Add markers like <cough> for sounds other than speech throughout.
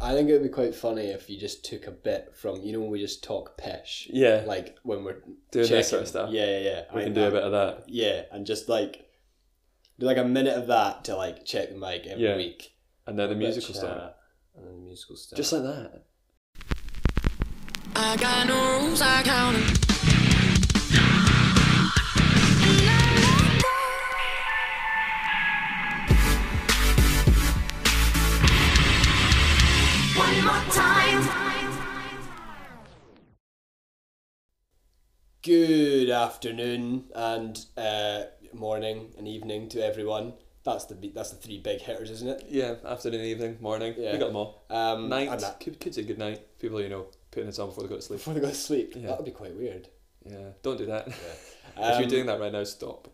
I think it would be quite funny if you just took a bit from you know when we just talk pish, Yeah, like when we're doing this sort checking. of stuff. Yeah, yeah, yeah. we I- can do I- a bit of that. Yeah, and just like do like a minute of that to like check the mic every Yeah. week. And then the Bit of musical stuff. chat, And then the musical stuff. Just like that. I got no rules, I count 'em. One more time. Good afternoon and uh, morning and evening to everyone. That's the be- that's the three big hitters, isn't it? Yeah, afternoon, evening, morning. Yeah. We got them all. Um, Night. and that- Could, could say good night. People, you know, putting this on before they go to sleep. before they go to sleep, Yeah. that would be quite weird. Yeah, don't do that. <laughs> if Um, you're doing that right now, <laughs> stop.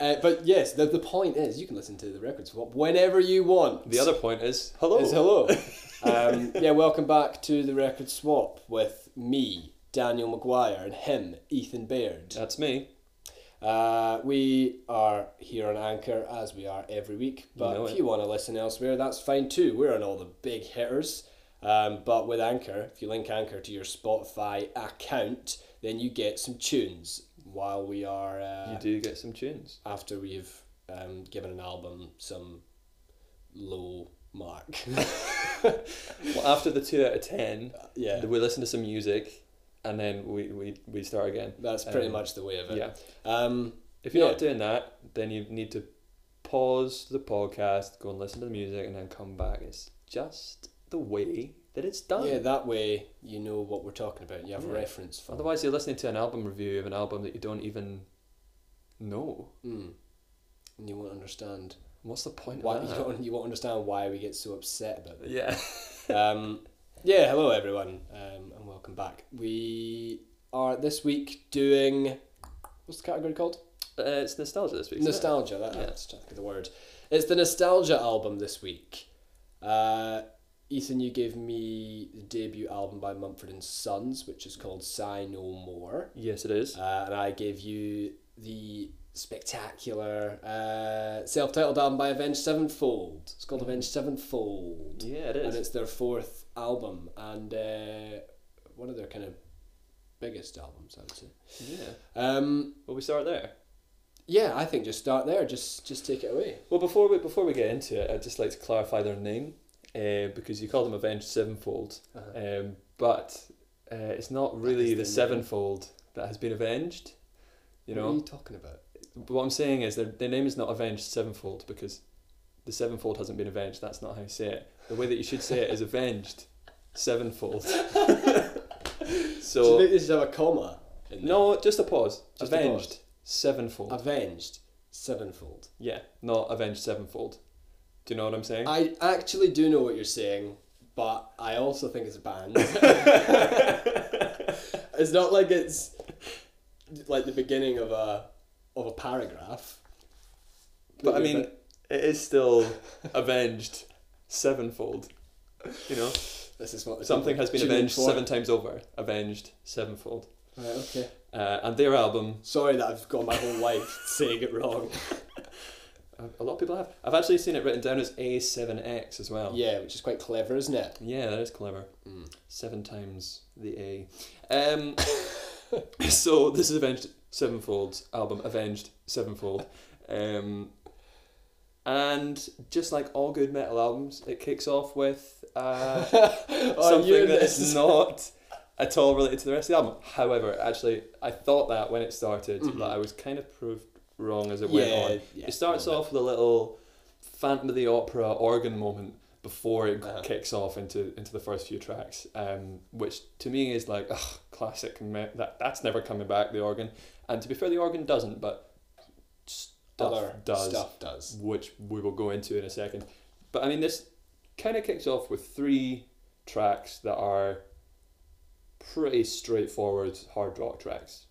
uh, but yes, the, the point is you can listen to the record swap whenever you want. The other point is hello. is <laughs> hello. um, yeah, welcome back to the record swap with me, Daniel Maguire, and him, Ethan Baird. That's me. Uh, we are here on Anchor as we are every week, but know if it. you want to listen elsewhere, that's fine too. We're on all the big hitters. Um, but with Anchor, if you link Anchor to your Spotify account, then you get some tunes while we are uh, You do get some tunes. after we've um, given an album some low mark. <laughs> <laughs> Well, after the two out of ten, yeah. we listen to some music, and then we we, we start again. That's pretty Um, much the way of it. Yeah. Um, If you're Yeah. not doing that, then you need to pause the podcast, go and listen to the music, and then come back. It's just the way that it's done. yeah, that way you know what we're talking about. You have a Oh. Yeah. reference for. Otherwise, you're listening to an album review of an album that you don't even know. Mm. And you won't understand What's the point why <laughs> of you that? <laughs> won't, you won't understand why we get so upset about it. Yeah. Um, yeah, hello everyone, um, and welcome back. We are this week doing what's the category called? Uh, it's nostalgia this week. isn't it? Nostalgia. That, Yeah. That's trying to think of the word. It's the nostalgia album this week. Uh, Ethan, you gave me the debut album by Mumford and Sons, which is called "Sigh No More." Yes, it is. uh, and I gave you the spectacular uh, self-titled album by Avenged Sevenfold. It's called Avenged Sevenfold, yeah, it and is. it's their fourth album and uh, one of their kind of biggest albums, I would say. yeah. Um, Well, we start there. yeah, I think just start there. Just just take it away. Well, before we before we get into it, I'd just like to clarify their name, uh, because you call them Avenged Sevenfold, um, but uh, it's not really Uh-huh. is the their name. Sevenfold that has been avenged. You what are know, you talking about? but what I'm saying is their their name is not Avenged Sevenfold because the Sevenfold hasn't been avenged. That's not how you say it. The way that you should say it is Avenged Sevenfold. <laughs> So, so this is a comma. In there. no, just a pause. Just a avenged pause. Uh, Sevenfold. Avenged Sevenfold. yeah, not Avenged Sevenfold. Do you know what I'm saying? I actually do know what you're saying, but I also think it's a <laughs> band. it's not like it's like the beginning of a of a paragraph. But I mean, it is still avenged sevenfold. You know, this is what something has been tuning avenged for. seven times over. Avenged sevenfold. Right, okay. Uh, and their album, Sorry that I've gone my whole <laughs> life saying it wrong. a lot of people have. I've actually seen it written down as A7X as well. Yeah, which is quite clever, isn't it? Yeah, that is clever. Seven times the A. Um, <laughs> so this is Avenged Sevenfold's album, Avenged Sevenfold. Um, and just like all good metal albums, it kicks off with uh, something that is not at all related to the rest of the album. However, actually, I thought that when it started, but I was kind of proved wrong as it Yeah, went on. yeah, it starts a little off with a little Phantom of the Opera organ moment before it Uh-huh. kicks off into into the first few tracks, um, which to me is like ugh, classic. Me- that that's never coming back. The organ, and to be fair, the organ doesn't, but stuff Other does stuff does. which we will go into in a second. But I mean, this kind of kicks off with three tracks that are pretty straightforward hard rock tracks.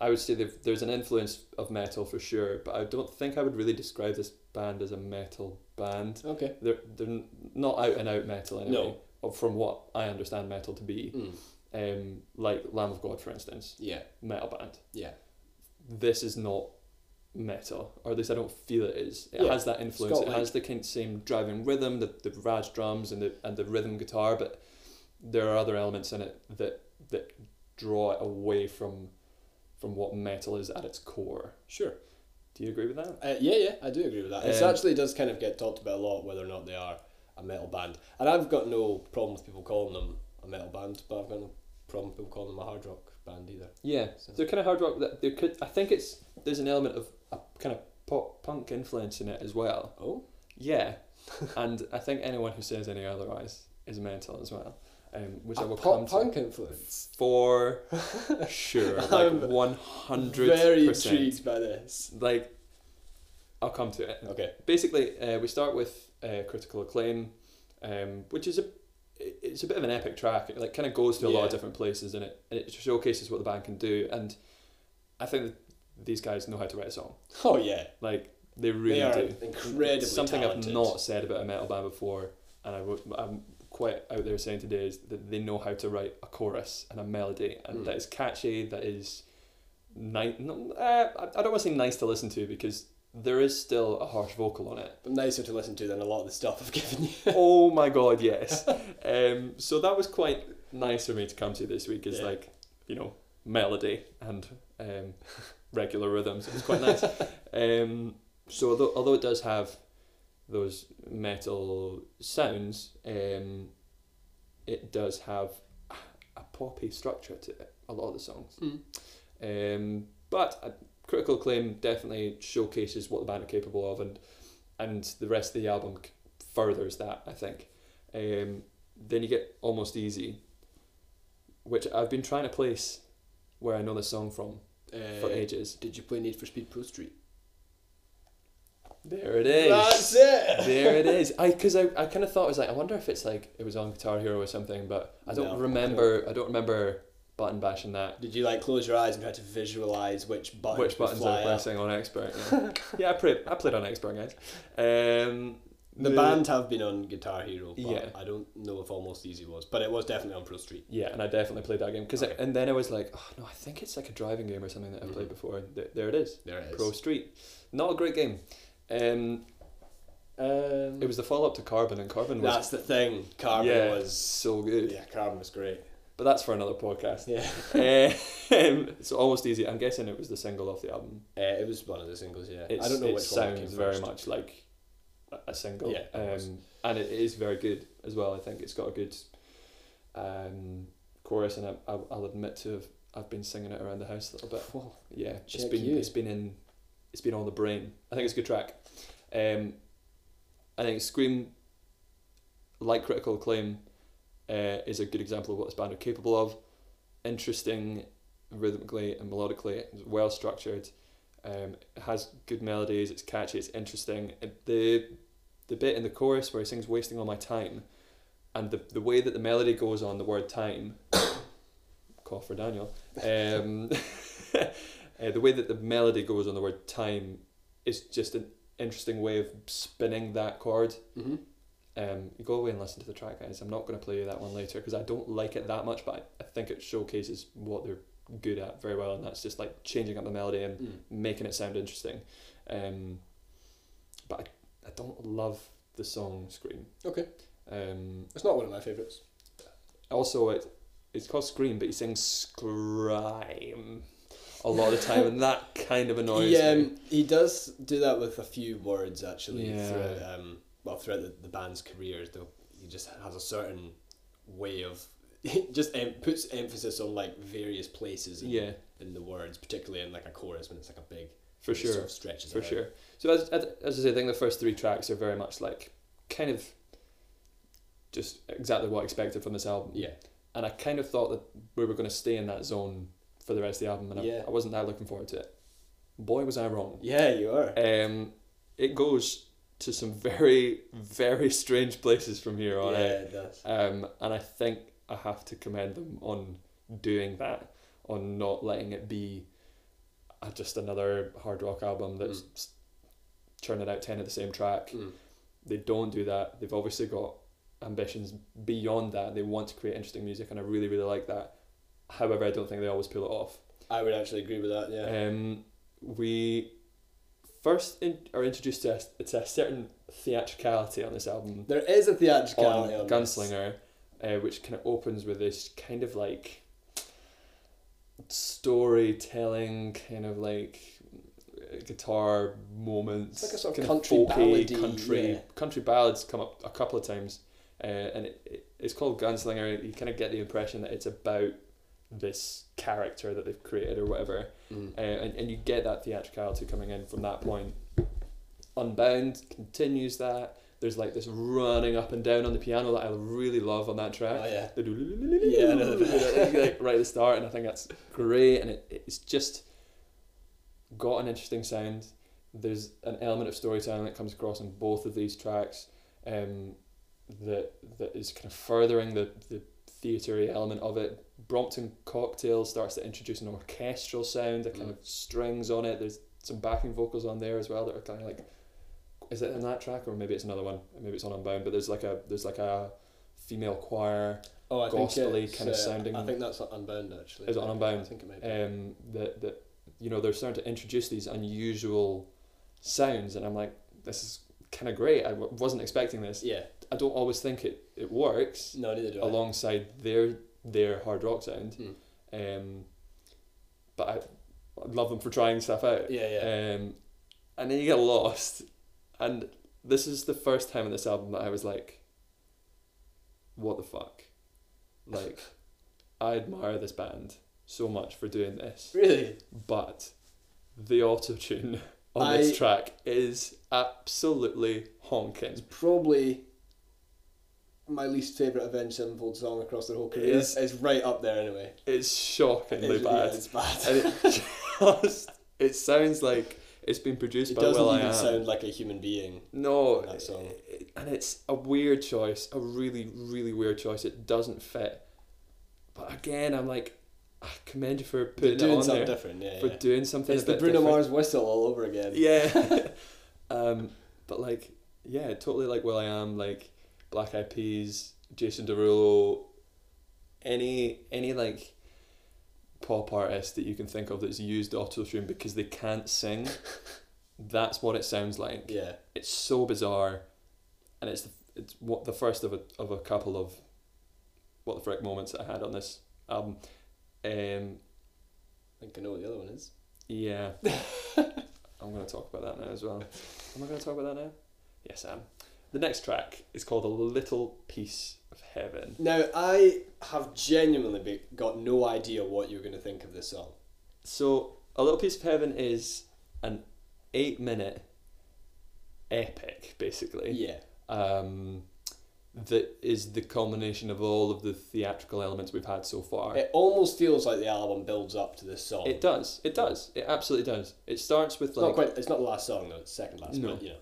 I would say they've- there's an influence of metal for sure, but I don't think I would really describe this band as a metal band. Okay. They're they're n- not out and out metal anyway. No. No. From what I understand metal to be, Mm. um, like Lamb of God, for instance, Yeah. metal band Yeah. this is not metal, or at least I don't feel it is. It Yeah, has that influence. got It like- has the kind of same driving rhythm, the the Raj drums and the and the rhythm guitar, but there are other elements in it that that draw it away from from what metal is at its core. Sure. Do you agree with that? Uh, yeah, yeah, I do agree with that. It Um, actually does kind of get talked about a lot whether or not they are a metal band. And I've got no problem with people calling them a metal band, but I've got no problem with people calling them a hard rock band either. Yeah, they're kind of hard rock. That there could, I think it's there's an element of a kind of pop punk influence in it as well. Oh? Yeah, and I think anyone who says any otherwise is mental as well. Um, which I A will come pop to. punk influence. for <laughs> sure. I'm Like one hundred Very percent. intrigued by this. Like, I'll come to it. Okay. Basically, uh, we start with uh, critical acclaim, um, which is a it- it's a bit of an epic track. It like kind of goes to a lot Yeah. of different places, and it and it showcases what the band can do. And I think that these guys know how to write a song. Oh, yeah. Like they really They are do. incredibly Something talented. I've not said about a metal band before, and I would, I'm quite out there saying today is that they know how to write a chorus and a melody, and Mm. that is catchy, that is nice. No, uh, I I don't want to say nice to listen to because there is still a harsh vocal on it. But nicer to listen to than a lot of the stuff I've <laughs> given you. oh my god, yes. Um, so that was quite nice for me to come to this week. Is Yeah. like you know melody and um, <laughs> regular rhythms. It's quite nice. um, so although, although it does have those metal sounds, um, it does have a poppy structure to it. A lot of the songs. Um, but uh, Critical Acclaim definitely showcases what the band are capable of, and and the rest of the album c- furthers that. I think. Um, then you get Almost Easy, which I've been trying to place where I know this song from for Uh, ages. did you play Need for Speed Pro Street? There it is. That's it! <laughs> there it is. I because I, I kind of thought it was like I wonder if it's like it was on Guitar Hero or something, but No, I I don't don't- remember. I don't, remember button bashing that. Did you like close your eyes and try to visualize which buttons Which buttons would fly are up? pressing on expert? <laughs> Yeah, yeah I played. I played on expert, guys. Um, The band have been on Guitar Hero, but Yeah. I don't know if Almost Easy was, but it was definitely on Pro Street. Yeah, and I definitely played that game because, and then I was like, oh no, I think it's like a driving game or something that I've played before. And th- there it is, There Mm-hmm. it is. Pro Street, not a great game. Um, it was the follow up to Carbon, and Carbon was That's the thing. Carbon yeah, was so good. yeah, Carbon was great. But that's for another podcast. Yeah, <laughs> um, it's almost easy. I'm guessing it was the single off the album. uh, it was one of the singles. Yeah, It's, I don't know it which one sounds came very first. much like a- a single. Yeah, it was. um, and it is very good as well. I think it's got a good um, chorus, and I, I, I'll admit to have I've been singing it around the house a little bit. Well, Yeah, it's Check been you. it's been in it's been on the brain. I think it's a good track. Um, I think Scream, like Critical Acclaim, uh, is a good example of what this band are capable of. Interesting, rhythmically and melodically, it's well structured. Um, it has good melodies. It's catchy. It's interesting. It- The the bit in the chorus where he sings "Wasting all my time," and the the way that the melody goes on the word "time," <coughs> cough for Daniel. Um, uh, the way that the melody goes on the word time is just an interesting way of spinning that chord. Mhm. Um, you go away and listen to the track, guys. I'm not going to play you that one later because I don't like it that much, but I, I think it showcases what they're good at very well, and that's just like changing up the melody and Mm. making it sound interesting. Um, but I, I don't love the song Scream. Okay, Um, it's not one of my favorites. also, it it's called Scream, but he sings Scream a lot of the time, and that kind of annoys He, me. um, he does do that with a few words actually Yeah. throughout um well throughout the, the band's careers though he just has a certain way of <laughs> just em- puts emphasis on like various places in, Yeah. in the words particularly in like a chorus when it's like a big For it sort sure. of stretches for it out. sure. So as, as as I say, I think the first three tracks are very much like kind of just exactly what I expected from this album. yeah And I kind of thought that we were going to stay in that zone for the rest of the album, and Yeah. I, I wasn't that looking forward to it. Boy, was I wrong. yeah you are Um, it goes to some very very strange places from here on yeah out. it does Um, and I think I have to commend them on doing that, on not letting it be uh, just another hard rock album that's s- churning out 10 of the same track. Mm. They don't do that. They've obviously got ambitions beyond that. They want to create interesting music, and I really, really like that. However, I don't think they always pull it off. I would actually agree with that yeah Um, we first in, are introduced to a, to a certain theatricality on this album There is a on theatricality on, this. Gunslinger, uh, which kind of opens with this kind of like storytelling, kind of like uh, guitar moments. It's like a sort of kind country folky, ballady, country yeah. country ballads come up a couple of times, uh, and it, it, it's called Gunslinger. You kind of get the impression that it's about this character that they've created or whatever Mm. uh, and, and you get that theatricality coming in from that point. Unbound continues that. There's like this running up and down on the piano that I really love on that track. Oh, yeah. They do Yeah, I know <laughs> like right at the start, and I think that's great. And it, it's just got an interesting sound. There's an element of storytelling that comes across in both of these tracks, um, that that is kind of furthering the the theatre element of it. Brompton Cocktail starts to introduce an orchestral sound, a kind of strings on it. There's some backing vocals on there as well that are kind of like, is it in that track or maybe it's another one? Maybe it's on Unbound, but there's like a there's like a female choir. Oh, I think gospel-y it's, kind of uh, sounding- I think that's Unbound actually. Is it on Unbound? I think it may be. um, that that you know they're starting to introduce these unusual sounds, and I'm like, this is kind of great. I w- wasn't expecting this. yeah. I don't always think it it works No, neither do I. alongside their their hard rock sound, Hmm. um, but I, I love them for trying stuff out. Yeah, yeah. Um, and then you get lost, and this is the first time in this album that I was like, what the fuck, <laughs> like. I admire this band so much for doing this really? but the auto tune on I- this track is absolutely honking. Probably my least favourite Avenged Sevenfold song across their whole career. is- It's right up there anyway. It's shockingly It's- yeah, bad. it's <laughs> bad. and it just it sounds like it's been produced It by doesn't Will I even Am. sound like a human being. no, that song. it- and it's a weird choice, a really really weird choice. It doesn't fit. But again, I'm like, I commend you for putting it Doing on something there different, yeah. for yeah. doing something. It's a the bit Bruno different. Mars whistle all over again. <laughs> Yeah. <laughs> um, but like, yeah, totally like Will I Am, like Black Eyed Peas, Jason Derulo, any any like pop artist that you can think of that's used autotune because they <laughs> can't sing. that's what it sounds like. Yeah. It's so bizarre, and it's the, it's what the first of a of a couple of what the frick moments that I had on this album. Um, I think I know what the other one is. yeah. I'm going to talk about that now as well. Am I going to talk about that now? Yes, I am. The next track is called A Little Piece of Heaven. Now, I have genuinely be- got no idea what you're going to think of this song. So, A Little Piece of Heaven is an eight minute epic, basically. Yeah. Um, that is the culmination of all of the theatrical elements we've had so far. It almost feels like the album builds up to this song. It does. It does. It absolutely does. It starts with It's not like quite. It's not the last song though. It's second last. No. But, you know.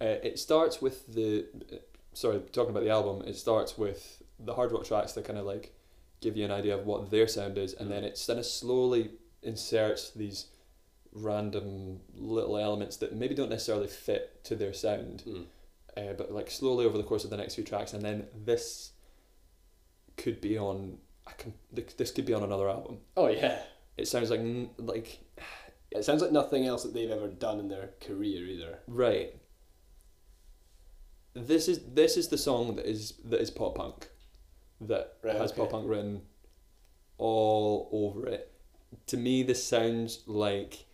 Uh, it starts with the uh, sorry talking about the album it starts with the hard rock tracks that kind of like give you an idea of what their sound is and Mm. then it kind of slowly inserts these random little elements that maybe don't necessarily fit to their sound Hmm. uh, but like slowly over the course of the next few tracks and then this could be on I can, th- this could be on another album Oh yeah. it sounds like n- like It sounds like nothing else that they've ever done in their career either. Right. This is this is the song that is that is pop punk, that Right, has okay. pop punk written all over it. To me, this sounds like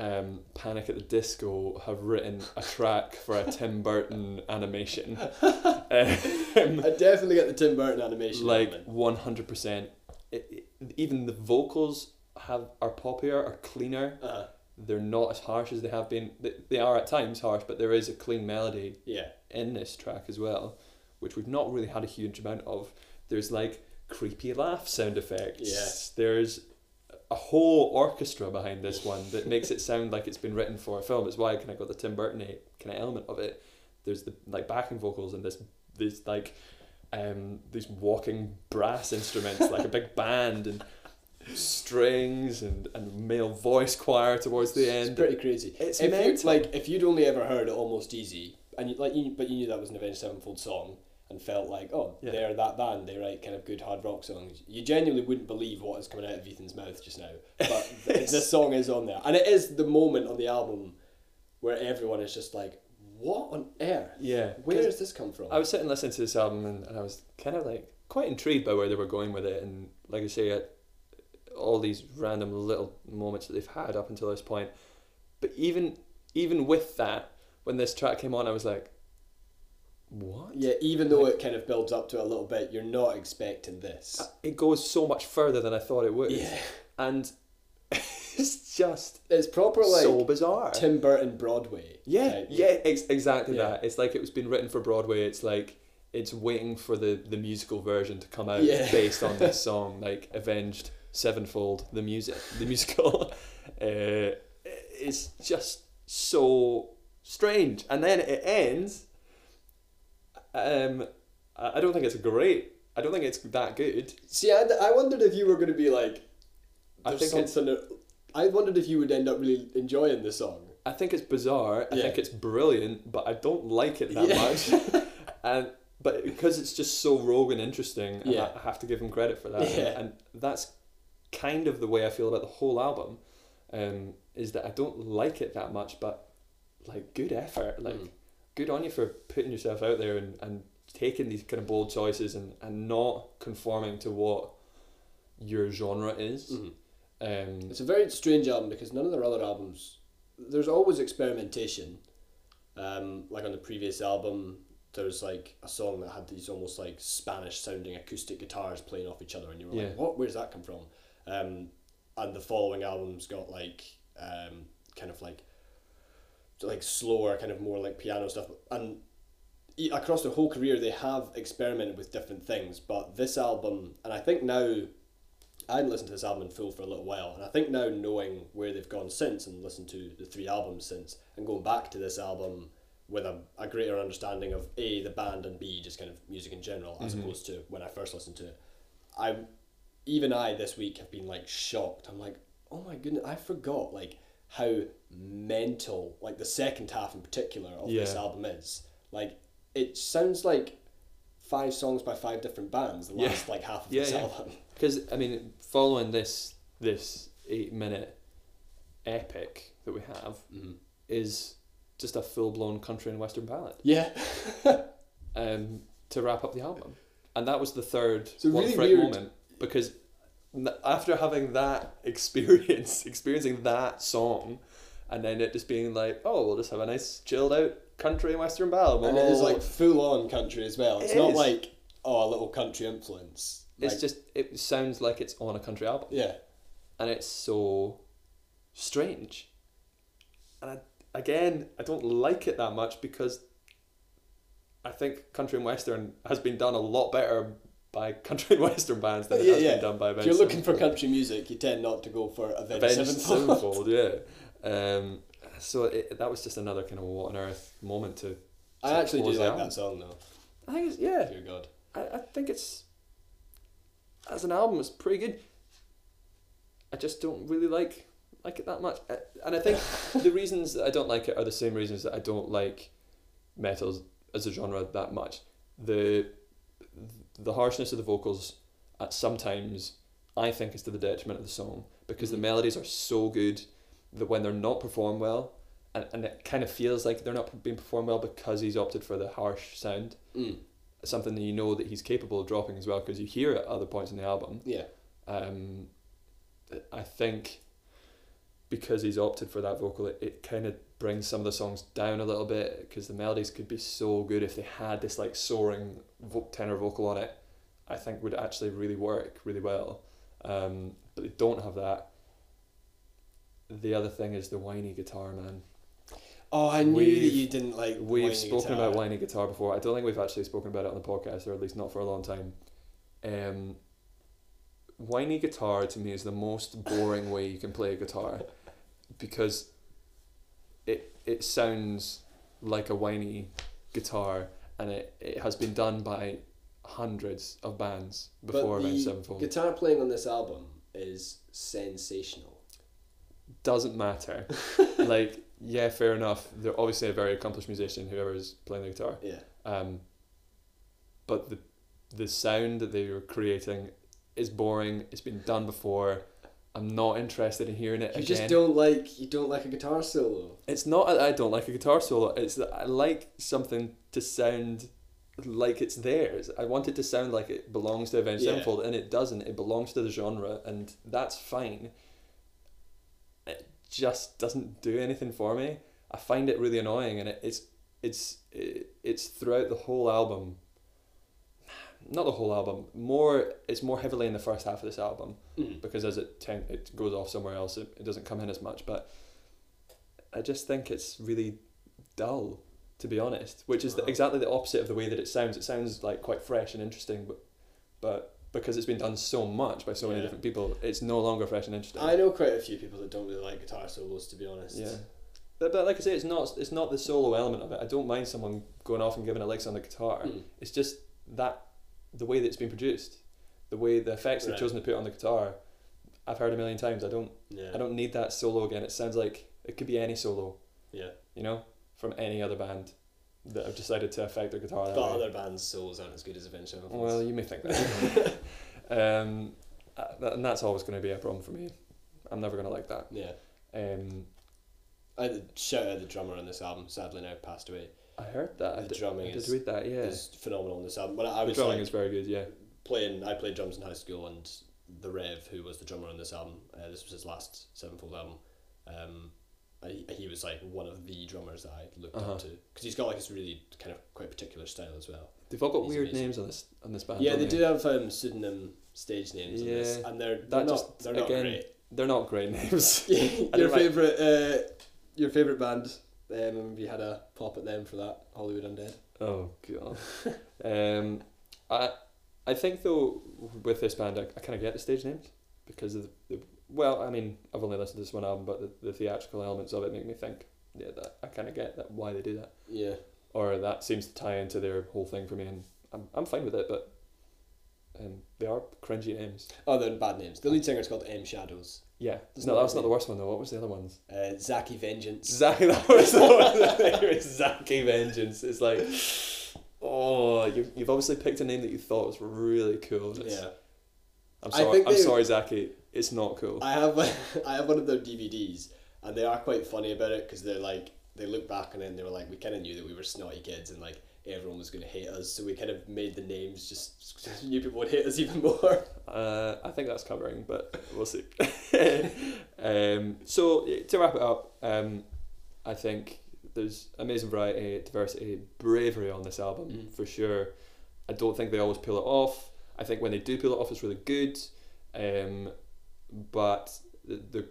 um, Panic at the Disco have written a track for a Tim Burton <laughs> animation. <laughs> Um, I definitely get the Tim Burton animation. like element. one hundred percent. Even the vocals have are poppier, are cleaner. Uh-huh. They're not as harsh as they have been. They, they are at times harsh, but there is a clean melody yeah. in this track as well, which we've not really had a huge amount of. There's like creepy laugh sound effects. There's a whole orchestra behind this one that makes it sound like it's been written for a film. It's why I kind of got the Tim Burton kind of element of it. There's the like backing vocals and this this like um these walking brass instruments like a big band and strings and and male voice choir towards the It's end. pretty crazy. It's if you, mental. like if you'd only ever heard "Almost Easy" and you, like you, but you knew that was an Avenged Sevenfold song and felt like, oh, Yeah. they're that band. They write kind of good hard rock songs. You genuinely wouldn't believe what is coming out <laughs> of Ethan's mouth just now, but th- this song is on there, and it is the moment on the album where everyone is just like, what on earth? Yeah, Where 'cause does this come from? I was sitting listening to this album and, and I was kind of like quite intrigued by where they were going with it. And like I say, at all these random little moments that they've had up until this point. But even even with that, when this track came on, I was like, what? yeah, even though it kind of builds up to it a little bit, you're not expecting this. It goes so much further than I thought it would. Yeah. And <laughs> it's just It's proper like so bizarre. Tim Burton Broadway. Yeah, type. yeah, ex- exactly Yeah. that. It's like it was been written for Broadway. It's like it's waiting for the the musical version to come out Yeah. based <laughs> on this song, like Avenged Sevenfold, the music, the musical. <laughs> uh, it's just so strange, and then it ends. Um, I I don't think it's great. I don't think it's that good. See, I, I wondered if you were going to be like, I there's think it- something. that- I wondered if you would end up really enjoying the song. I think it's bizarre. I Yeah. think it's brilliant, but I don't like it that Yeah. <laughs> much. and but because it's just so rogue and interesting, and Yeah. I, I have to give him credit for that. Yeah. And, that's kind of the way I feel about the whole album. Um, is that I don't like it that much, but like good effort, like Mm. good on you for putting yourself out there and, and taking these kind of bold choices and, and not conforming to what your genre is. Mm-hmm. Um, It's a very strange album because none of their other albums, there's always experimentation. Um, like on the previous album, there was like a song that had these almost like Spanish sounding acoustic guitars playing off each other, and you were Yeah. like, "What? Where's that come from?" Um, and the following album's got like um, kind of like like slower, kind of more like piano stuff, and e- across their whole career they have experimented with different things. But this album, and I think now I hadn't listened to this album in full for a little while, and I think now knowing where they've gone since and listened to the three albums since, and going back to this album with a, a greater understanding of A, the band, and B, just kind of music in general, as opposed to when I first listened to it, I, even I this week have been like shocked. I'm like, oh my goodness, I forgot like how mental, like the second half in particular of this Yeah. album is. Like, it sounds like five songs by five different bands, the Yeah. last like half of Yeah, this yeah. album. Because I mean, following this this eight minute epic that we have is just a full blown country and western ballad. <laughs> Yeah. Um, to wrap up the album, and that was the third a one really Frick weird- moment because n- after having that <laughs> experience, experiencing that song, and then it just being like, oh, we'll just have a nice chilled out country and western ballad. And it is We'll- like full on country as well. It's It not is. like oh a little country influence. it's Like, just it sounds like it's on a country album. yeah. and it's so strange. And I, again, I don't like it that much because I think country and western has been done a lot better by <laughs> country and western bands than it yeah, has yeah. been done by if bands. you're looking for country music, you tend not to go for Avenged Avenged Sevenfold. <laughs> Sevenfold, yeah. Um, so it, that was just another kind of what on earth moment to. <laughs> I to actually do close like out. that song though. I think it's yeah. Dear God. I, I think it's as an album it's pretty good i just don't really like like it that much Uh, and i think the reasons that i don't like it are the same reasons that i don't like metal as a genre that much the the harshness of the vocals at sometimes i think is to the detriment of the song because the melodies are so good that when they're not performed well and, and it kind of feels like they're not being performed well because he's opted for the harsh sound Mm. something that you know that he's capable of dropping as well because you hear it at other points in the album. Yeah. Um, I think because he's opted for that vocal, it, it kind of brings some of the songs down a little bit because the melodies could be so good if they had this like soaring vo- tenor vocal on it. I think would actually really work really well, um, but they don't have that. The other thing is the whiny guitar, man. Oh, I knew We've- that you didn't like. We've whiny spoken guitar. about whiny guitar before. I don't think we've actually spoken about it on the podcast, or at least not for a long time. Um, whiny guitar to me is the most boring way you can play <laughs> a guitar, because it it sounds like a whiny guitar, and it, it has been done by hundreds of bands But before the Avenged Sevenfold. Guitar playing on this album is sensational. <laughs> doesn't matter. like yeah, fair enough. They're obviously a very accomplished musician. Whoever's playing the guitar. Yeah. um, but the the sound that they were creating is boring. It's been done before. I'm not interested in hearing it You again. just don't like you don't like a guitar solo. It's not that I don't like a guitar solo. It's that I like something to sound like it's theirs. I want it to sound like it belongs to Avenged Yeah. Sevenfold, and it doesn't. It belongs to the genre, and that's fine. It just doesn't do anything for me. I find it really annoying, and it, it's it's it, it's throughout the whole album. Not the whole album. More, it's more heavily in the first half of this album because as it ten- it goes off somewhere else, it, it doesn't come in as much. But I just think it's really dull, to be honest. Which is the, exactly the opposite of the way that it sounds. It sounds like quite fresh and interesting, but but because it's been done so much by so many Yeah. different people, it's no longer fresh and interesting. I know quite a few people that don't really like guitar solos, to be honest. Yeah. But, but like I say, it's not it's not the solo element of it. I don't mind someone going off and giving a licks on the guitar. Hmm. It's just that the way that it's been produced, the way the effects Right. they've chosen to put on the guitar. I've heard a million times. I don't Yeah. I don't need that solo again. It sounds like it could be any solo, yeah. you know, from any other band that have decided to affect their guitar. That But way. other bands' solos aren't as good as Avenged Sevenfold. Well, you may think that. <laughs> um, uh, that- and that's always going to be a problem for me. I'm never going to like that. yeah. Um, I had to shout out the drummer on this album. Sadly, now passed away. I heard that. I The did- drumming I did is- read that. Yeah, It's phenomenal on this album. When I, I the was drumming like, is very good. Yeah. playing, I played drums in high school, and the Rev, who was the drummer on this album, uh, this was his last Sevenfold album. Um, I, he was like one of the drummers that I looked Uh-huh. up to because he's got like this really kind of quite particular style as well. They've all got He's weird amazing. names on this on this band. yeah, don't they do have um, pseudonym stage names on this, Yeah. and they're, they're That not just they're not again, great. they're not great <laughs> names. <laughs> I your don't like- favorite uh, your favorite band. Um, we had a pop at them for that Hollywood Undead. Oh god. um, I I think though with this band I, I kind of get the stage names because of the, the well I mean I've only listened to this one album but the, the theatrical elements of it make me think yeah that I kind of get that why they do that Yeah, or that seems to tie into their whole thing for me and I'm I'm fine with it but um they are cringy names oh, they're bad names. The lead singer's called M Shadows. yeah That's no not that was really- not the worst one though what was the other ones <laughs> Uh, Zaki Vengeance. Zaki that was <laughs> the one <laughs> that I think was Zaki Vengeance it's like. Oh, you, you've obviously picked a name that you thought was really cool. and it's- Yeah, I'm I sorry. think I'm they- sorry, Zaki. It's not cool. I have <laughs> I have one of their DVDs, and they are quite funny about it because they're like they look back on it and they were like we kind of knew that we were snotty kids and like everyone was gonna hate us, so we kind of made the names just <laughs> knew people would hate us even more. Uh, I think that's covering, but we'll see. <laughs> um, so yeah, to wrap it up, um, I think there's amazing variety, diversity, bravery on this album for sure. I don't think they always peel it off. I think when they do peel it off, it's really good. Um, but the, the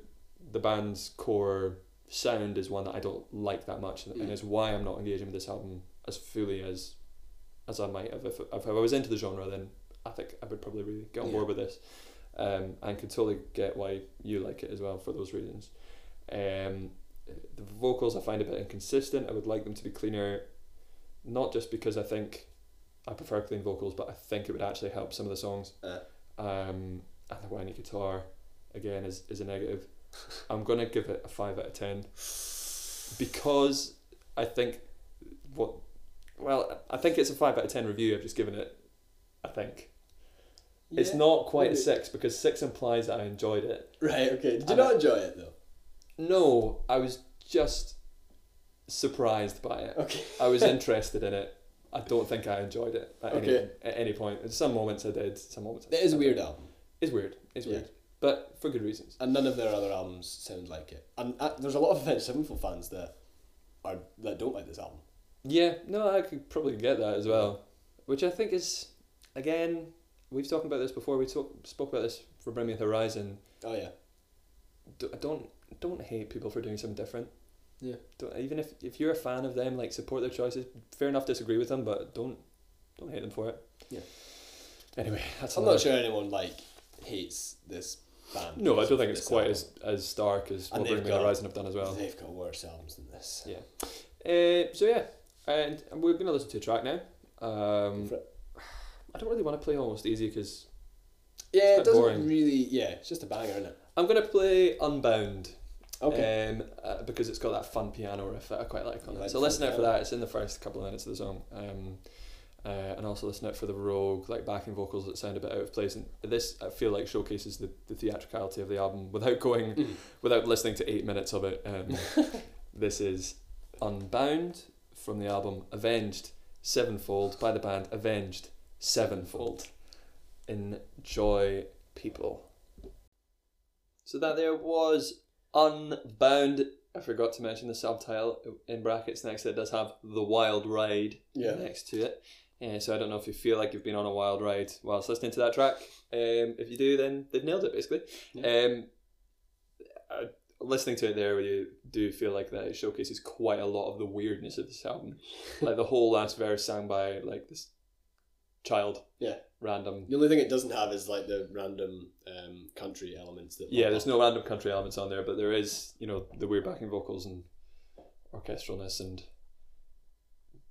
the band's core sound is one that I don't like that much, and is why I'm not engaging with this album as fully as as I might have. If, if I was into the genre, then I think I would probably really get on board with this, um, and could totally get why you like it as well for those reasons. Um, the vocals I find a bit inconsistent. I would like them to be cleaner, not just because I think I prefer clean vocals, but I think it would actually help some of the songs. Uh. Um, and the whiny guitar, again, is, is a negative. I'm gonna give it a five out of ten because I think what well I think it's a five out of ten review I've just given it. I think <laughs> it's Yeah, not quite a maybe. six because six implies that I enjoyed it. Right. Okay. Did you And not I- enjoy it though? No, I was just surprised by it. Okay. I <laughs> was interested in it. I don't think I enjoyed it at, any, Okay. at any point. In some moments I did, some moments I That is a didn't. weird album, It's weird. It's Yeah. weird. But for good reasons. and none of their other albums sound like it. And uh, there's a lot of Avenged Sevenfold fans that are that don't like this album. Yeah, no, I could probably get that as well. Which I think is, again, we've talked about this before. We talk, spoke about this for Bring Me the Horizon. Oh yeah. D- Don't don't hate people for doing something different. Yeah. Don't, even if, if you're a fan of them, like support their choices. Fair enough, disagree with them, but don't don't hate them for it. Yeah. Anyway, that's I'm another- not sure anyone like hates this band. No, I because don't of think it's this quite album. as, as stark as And what they've Bring Me the got- Horizon have done as well. They've got worse albums than this. Yeah. Uh, so yeah, and we're gonna listen to a track now. Um, For- <sighs> I don't really want to play Almost Easy because Yeah, It's it a bit doesn't boring. really. Yeah, it's just a banger, isn't it? I'm gonna play Unbound. Okay. Um, uh, because it's got that fun piano riff that I quite like on You it. like so fun listen out for piano. that. It's in the first couple of minutes of the song. Um, uh, and also listen out for the rogue like backing vocals that sound a bit out of place and this I feel like showcases the, the theatricality of the album without going without listening to eight minutes of it um, this is Unbound from the album Avenged Sevenfold by the band Avenged Sevenfold enjoy people so that there was Unbound I forgot to mention the subtitle in brackets next to it does have The Wild Ride Yeah. next to it. Uh, so I don't know if you feel like you've been on a wild ride whilst listening to that track. Um, if you do, then they've nailed it basically. Um, uh, listening to it there, you do feel like that it showcases quite a lot of the weirdness of this album. like the whole last verse sang by like this child, Yeah. random. The only thing it doesn't have is like the random um, country elements that. Yeah, there's no random country elements on there, but there is you know the weird backing vocals and orchestralness and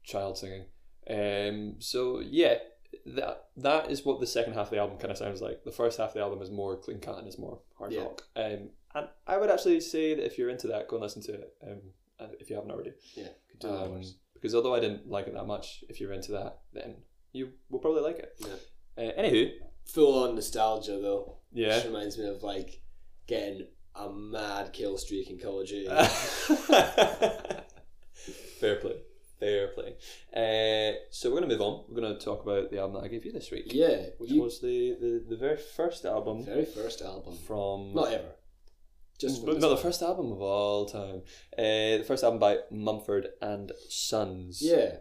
child singing. Um, so yeah, that that is what the second half of the album kind of sounds like. The first half of the album is more clean cut and is more hard Yeah. rock. Um, and I would actually say that if you're into that, go and listen to it. Um, and if you haven't already, Yeah, could do that um, worse. because although I didn't like it that much, if you're into that, then you will probably like it. Yeah. Uh, anywho, Full on nostalgia though. yeah. This reminds me of like getting a mad kill streak in Call of <laughs> Duty. Fair play. Fair play. Uh, so we're going to move on. We're going to talk about the album that I gave you this week, yeah, which you- was the, the, the very first album very first album. from. Not ever. Just but from no, the this- first album of all time. Uh, the first album by Mumford and Sons. Yeah.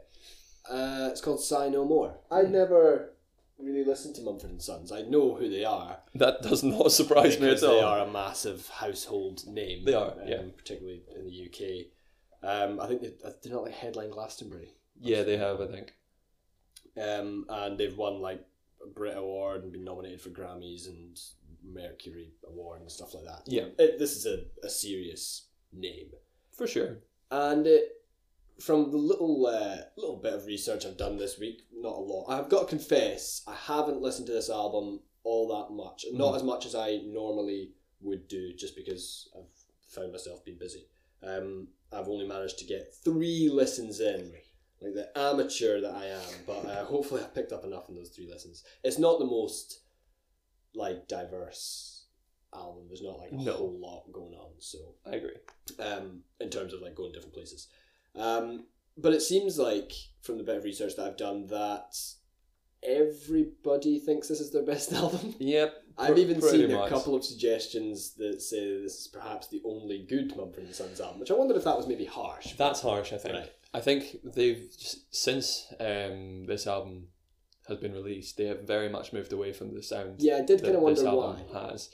Uh, it's called Sigh No More. I Hmm. never really listened to Mumford and Sons. I know who they are. That does not <laughs> surprise me because at they all. are a massive household name. um, They are, yeah. Particularly in the UK. Um, I think they, they're not like headline Glastonbury. Yeah, they have, I think. Um, and they've won like a Brit Award and been nominated for Grammys and Mercury Award and stuff like that. Yeah, It, this is a, a serious name. for sure. and it, from the little uh, little bit of research I've done this week, not a lot. I've got to confess, I haven't listened to this album all that much, not as much as I normally would do, just because I've found myself being busy. Um, I've only managed to get three listens in, like the amateur that I am. But uh, hopefully, I picked up enough in those three listens. It's not the most like diverse album. There's not like a No. whole lot going on, so I agree. um, in terms of like going different places. Um, but it seems like from the bit of research that I've done that everybody thinks this is their best <laughs> album. Yep. I've pr- even pretty seen a much. couple of suggestions that say this is perhaps the only good Mumford and Sons album, which I wondered if that was maybe harsh. That's harsh, I think. Right. I think they've since um, this album has been released, they have very much moved away from the sound yeah, I did that kind of this wonder why. album has.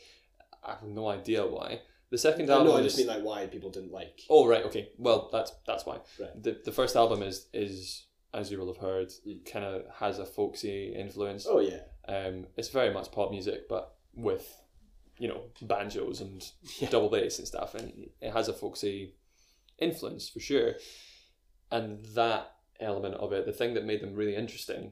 I have no idea why. The second No, album. I just is- mean like why people didn't like. Oh right, okay. Well, that's that's why. Right. The the first album is is as you will have heard, Mm. kind of has a folksy influence. Oh yeah, Um, it's very much pop music, but with you know banjos and double bass and stuff, and it has a folksy influence for sure. And that element of it, the thing that made them really interesting,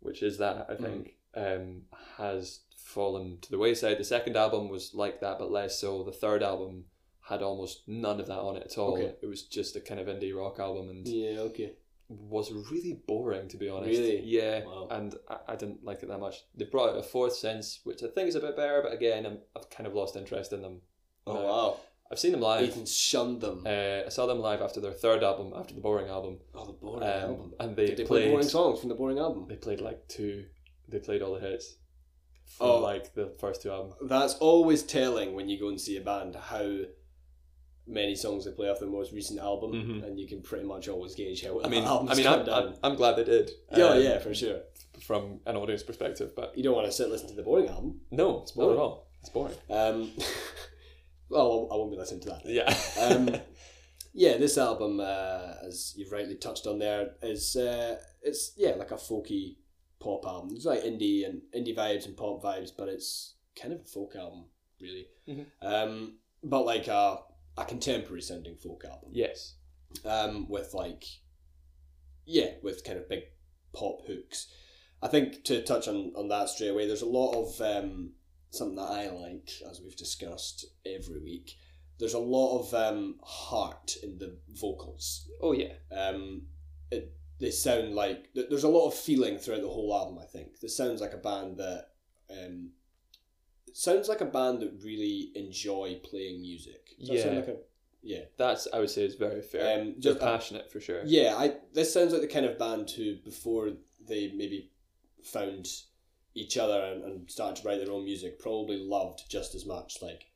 which is that Mm. I think um, has fallen to the wayside. The second album was like that, but less so. The third album had almost none of that on it at all. Okay. It was just a kind of indie rock album, and yeah, okay. was really boring to be honest. Really? Yeah. Uh, Wow. And I, I didn't like it that much. They brought out a fourth sense, which I think is a bit better, but again, I'm, I've kind of lost interest in them. Oh No. wow, I've seen them live. Ethan shunned them. Uh, I saw them live after their third album, after the boring album, oh, the boring um, album. and they, Did they play played. boring songs from the boring album? They played like two. They played all the hits. From Oh. like the first two albums. that's always telling when you go and see a band how many songs they play off their most recent album, Mhm. and you can pretty much always gauge how well I mean, the <laughs> album's I uh, mean, come I'm, down. I'm, I'm glad they did. yeah, um, yeah, for sure. From an audience perspective, but You don't want to sit and listen to the boring album. no, it's not boring. at all. It's boring. Um, <laughs> well, I won't be listening to that. Yeah. <laughs> Um, <laughs> yeah, this album, uh, as you've rightly touched on there, is uh, it's yeah like a folky pop album. It's like indie and indie vibes and pop vibes, but it's kind of a folk album, really. Mhm. Um, but like a a contemporary sounding folk album yes. um, with like yeah with kind of big pop hooks i think to touch on, on that straight away there's a lot of um, something that i like as we've discussed every week there's a lot of um, heart in the vocals Oh yeah. um, it, the- they sound like th- there's a lot of feeling throughout the whole album. I think this sounds like a band that um, it sounds like a band that really enjoy playing music. Does that sound Yeah. like a- yeah. That's I would say is very fair. Um, They're just- passionate for sure. Yeah, I this sounds like the kind of band who before they maybe found each other and, and started to write their own music probably loved just as much like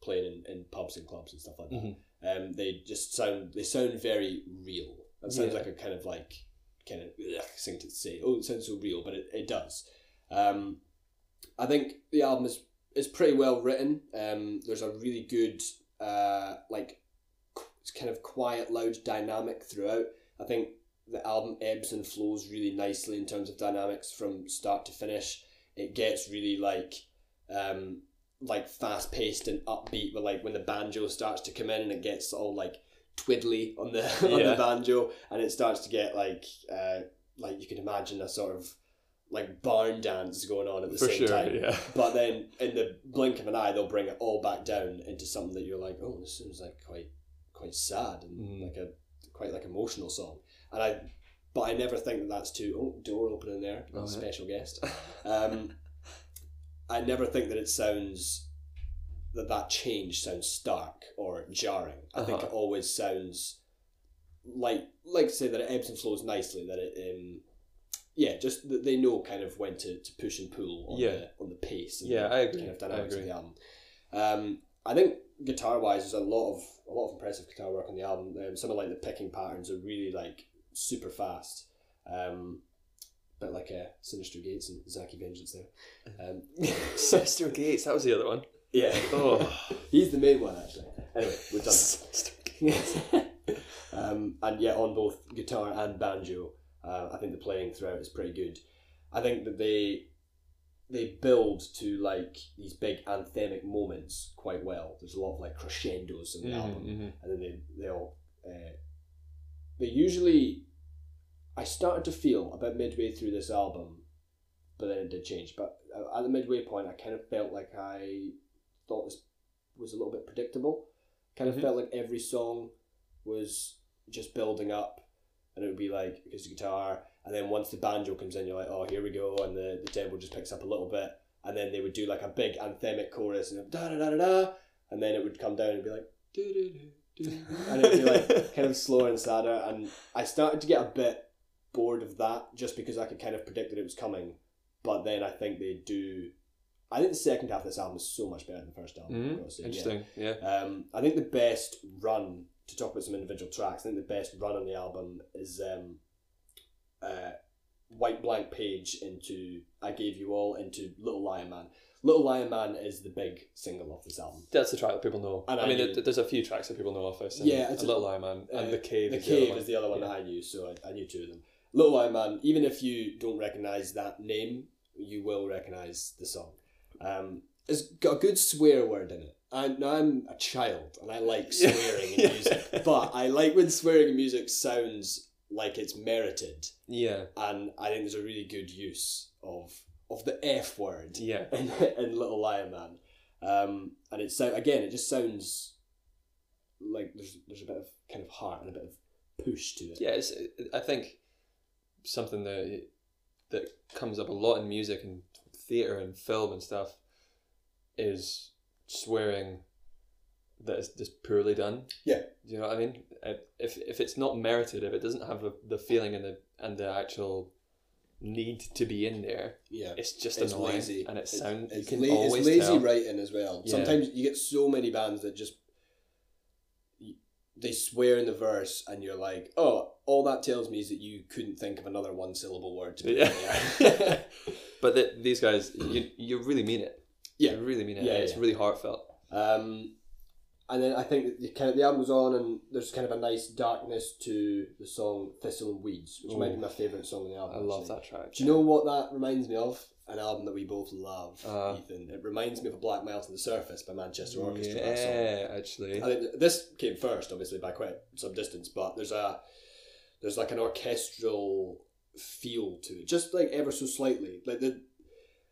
playing in, in pubs and clubs and stuff like that. Mhm. Um, they just sound they sound very real. That sounds Yeah. like a kind of like kind of ugh, thing to say. Oh, it sounds so real, but it, it does. Um, I think the album is is pretty well written. Um, there's a really good uh, like qu- it's kind of quiet, loud dynamic throughout. I think the album ebbs and flows really nicely in terms of dynamics from start to finish. It gets really like um, like fast paced and upbeat, but like when the banjo starts to come in and it gets all like twiddly on the <laughs> on Yeah. the banjo, and it starts to get like uh, like you can imagine a sort of like barn dance going on at the for same sure. time. <laughs> Yeah. But then, in the blink of an eye, they'll bring it all back down into something that you're like, oh, this seems like quite, quite sad and Mm. like a quite like emotional song. And I, but I never think that that's too. Oh, door opening there, Oh, yeah. special guest. Um, <laughs> I never think that it sounds that that change sounds stark or jarring. I think Uh-huh. it always sounds like like say that it ebbs and flows nicely. That it um, yeah, just that they know kind of when to, to push and pull on Yeah. the on the pace. And Yeah, I agree. Kind of I dynamics of agree. the album. Um, I think guitar wise, there's a lot of a lot of impressive guitar work on the album. Um, some of like the picking patterns are really like super fast. Um, bit like a Sinister Gates and Zaki Vengeance there. Um, <laughs> Sister Gates. That was the other one. yeah, <laughs> Oh. he's the main one actually. Anyway, we've done. that. Sister Gates. <laughs> um, and yet on both guitar and banjo, uh, I think the playing throughout is pretty good. I think that they they build to like these big anthemic moments quite well. There's a lot of like crescendos in the album, Mhm, and then they they all uh, they usually. I started to feel about midway through this album, but then it did change. But uh, at the midway point, I kind of felt like I thought this was a little bit predictable. Kind of Mhm. felt like every song was just building up, and it would be like here's the guitar, and then once the banjo comes in, you're like, oh, here we go, and the the tempo just picks up a little bit, and then they would do like a big anthemic chorus and da da da da da, and then it would come down and be like mhm. <laughs> Do-do-do-do. and it'd be like kind of slower and sadder. And I started to get a bit bored of that just because I could kind of predict that it was coming. But then I think they do. I think the second half of this album is so much better than the first album. I've Mhm. gotta say, yeah. <laughs> Interesting. Yeah. Um, I think the best run to talk about some individual tracks. I think the best run on the album is um, uh, White Blank Page into I Gave You All into Little Lion Man. Little Lion Man is the big single off this album. That's the track that people know. And I, Um, I mean, knew- it, there's a few tracks that people know off us. Yeah, Yeah, it's a a- Little Lion Man and uh, the Cave. The is Cave other is the other one Yeah. that I knew, so I, I knew two of them. Little Lion Man, even if you don't recognise that name, you will recognise the song. Um, it's got a good swear word in it. I, now I'm a child and I like Yeah. swearing in Yeah. music, but I like when swearing in music sounds like it's merited, Yeah, and I think there's a really good use of of the F word yeah. <laughs> in, in Little Lion Man. Um, and it's so again, it just sounds like there's there's a bit of kind of heart and a bit of push to it. yeah it's, i think something that that comes up a lot in music and theater and film and stuff is swearing that is just poorly done Yeah. do you know what i mean Uh, if if it's not merited if it doesn't have the, the feeling and the and the actual need to be in there Yeah. it's just annoying and it sounds you can la- it's always lazy tell. writing as well. Yeah. Sometimes you get so many bands that just you- they swear in the verse, and you're like, oh, all that tells me is that you couldn't think of another one syllable word to put in <laughs> <laughs> yeah there. but the, these guys you you really mean it Yeah. you really mean it Yeah, and it's yeah. really heartfelt Um, and then I think that the, kind of, the album goes on, and there's kind of a nice darkness to the song Thistle and Weeds, which might be Ooh. my favourite song on the album. I love actually. that track. Do you know what that reminds me of? An album that we both love, Uh. Ethan. It reminds me of Black Miles to the Surface by Manchester Orchestra. that song. Yeah, actually. I think this came first, obviously by quite some distance, but there's a there's like an orchestral feel to it, just like ever so slightly. Like the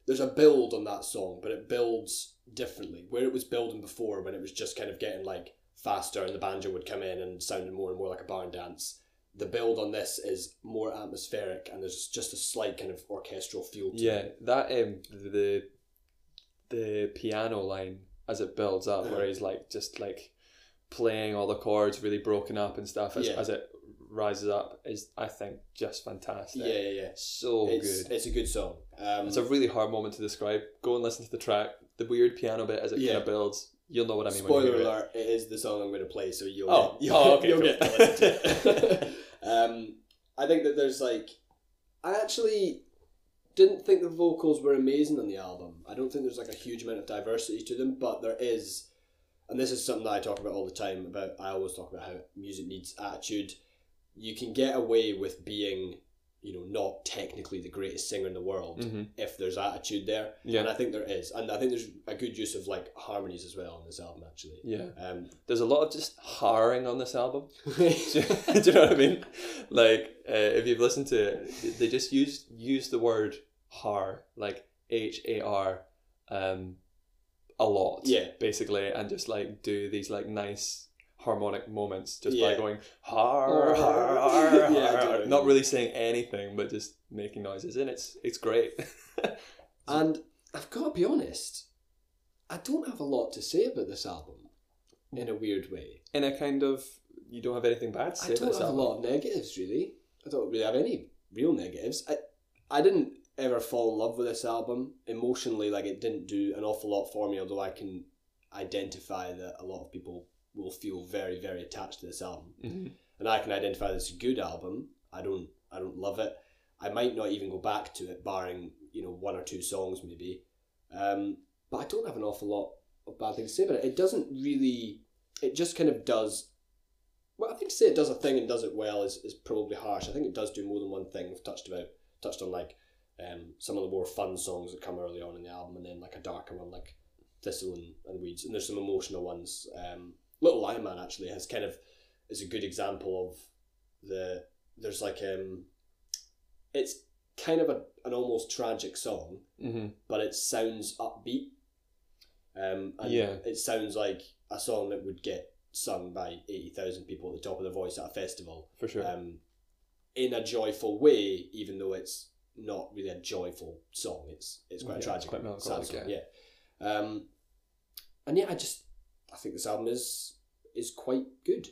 there's a build on that song, but it builds differently. Where it was building before, when it was just kind of getting like faster, and the banjo would come in and sounded more and more like a barn dance. the build on this is more atmospheric and there's just a slight kind of orchestral feel to Yeah, it. that um the the piano line as it builds up, where he's like just like playing all the chords really broken up and stuff as, Yeah. as it rises up is I think just fantastic. Yeah, yeah, yeah. so it's, good. it's a good song. Um, It's a really hard moment to describe. Go and listen to the track. The weird piano bit as it kind Yeah. of builds. You'll know what I mean. when you spoiler hear it. alert, it is the song I'm going to play, so you'll Oh. <laughs> get, you'll, Oh, okay, you'll cool. get to listen to it. <laughs> um, I think that there's like, I actually didn't think the vocals were amazing on the album. I don't think there's like a huge amount of diversity to them, but there is, and this is something that I talk about all the time. About I always talk about how music needs attitude. You can get away with being, you know, not technically the greatest singer in the world Mhm. if there's attitude there. And Yeah, I think there is, and I think there's a good use of like harmonies as well on this album actually. yeah. <laughs> Um, There's a lot of just harring on this album. <laughs> do, you- do you know what I mean? Like, uh, if you've listened to it, they just use use the word har, like H A R, um, a lot. <laughs> Yeah. Basically, and just like do these like nice harmonic moments just by Yeah. Oh. going har har har, <laughs> Yeah, I har, do know what you not mean. really saying anything but just making noises and it's it's great <laughs> and I've got to be honest, I don't have a lot to say about this album in a weird way. in a kind of you don't have anything bad to say I don't about this have album. a lot of negatives really. I don't really have any real negatives. I I didn't ever fall in love with this album emotionally. Like it didn't do an awful lot for me. Although I can identify that a lot of people will feel very very attached to this album. Mhm. and I can identify this as a good album. I don't I don't love it. I might not even go back to it, barring you know one or two songs maybe. Um, but I don't have an awful lot of bad things to say about it. It doesn't really. It just kind of does. Well, I think to say it does a thing and does it well is, is probably harsh. I think it does do more than one thing. We've touched about touched on like um, some of the more fun songs that come early on in the album, and then like a darker one like Thistle and, and Weeds, and there's some emotional ones. Um, Little Lion Man actually has kind of is a good example of the there's like um it's kind of a, an almost tragic song Mhm. but it sounds upbeat um and Yeah. it sounds like a song that would get sung by 80,000 people at the top of their voice at a festival for sure um in a joyful way even though it's not really a joyful song it's it's quite Yeah, a it's tragic quite melancholic, sad song, yeah, um and yeah i just i think this album is is quite good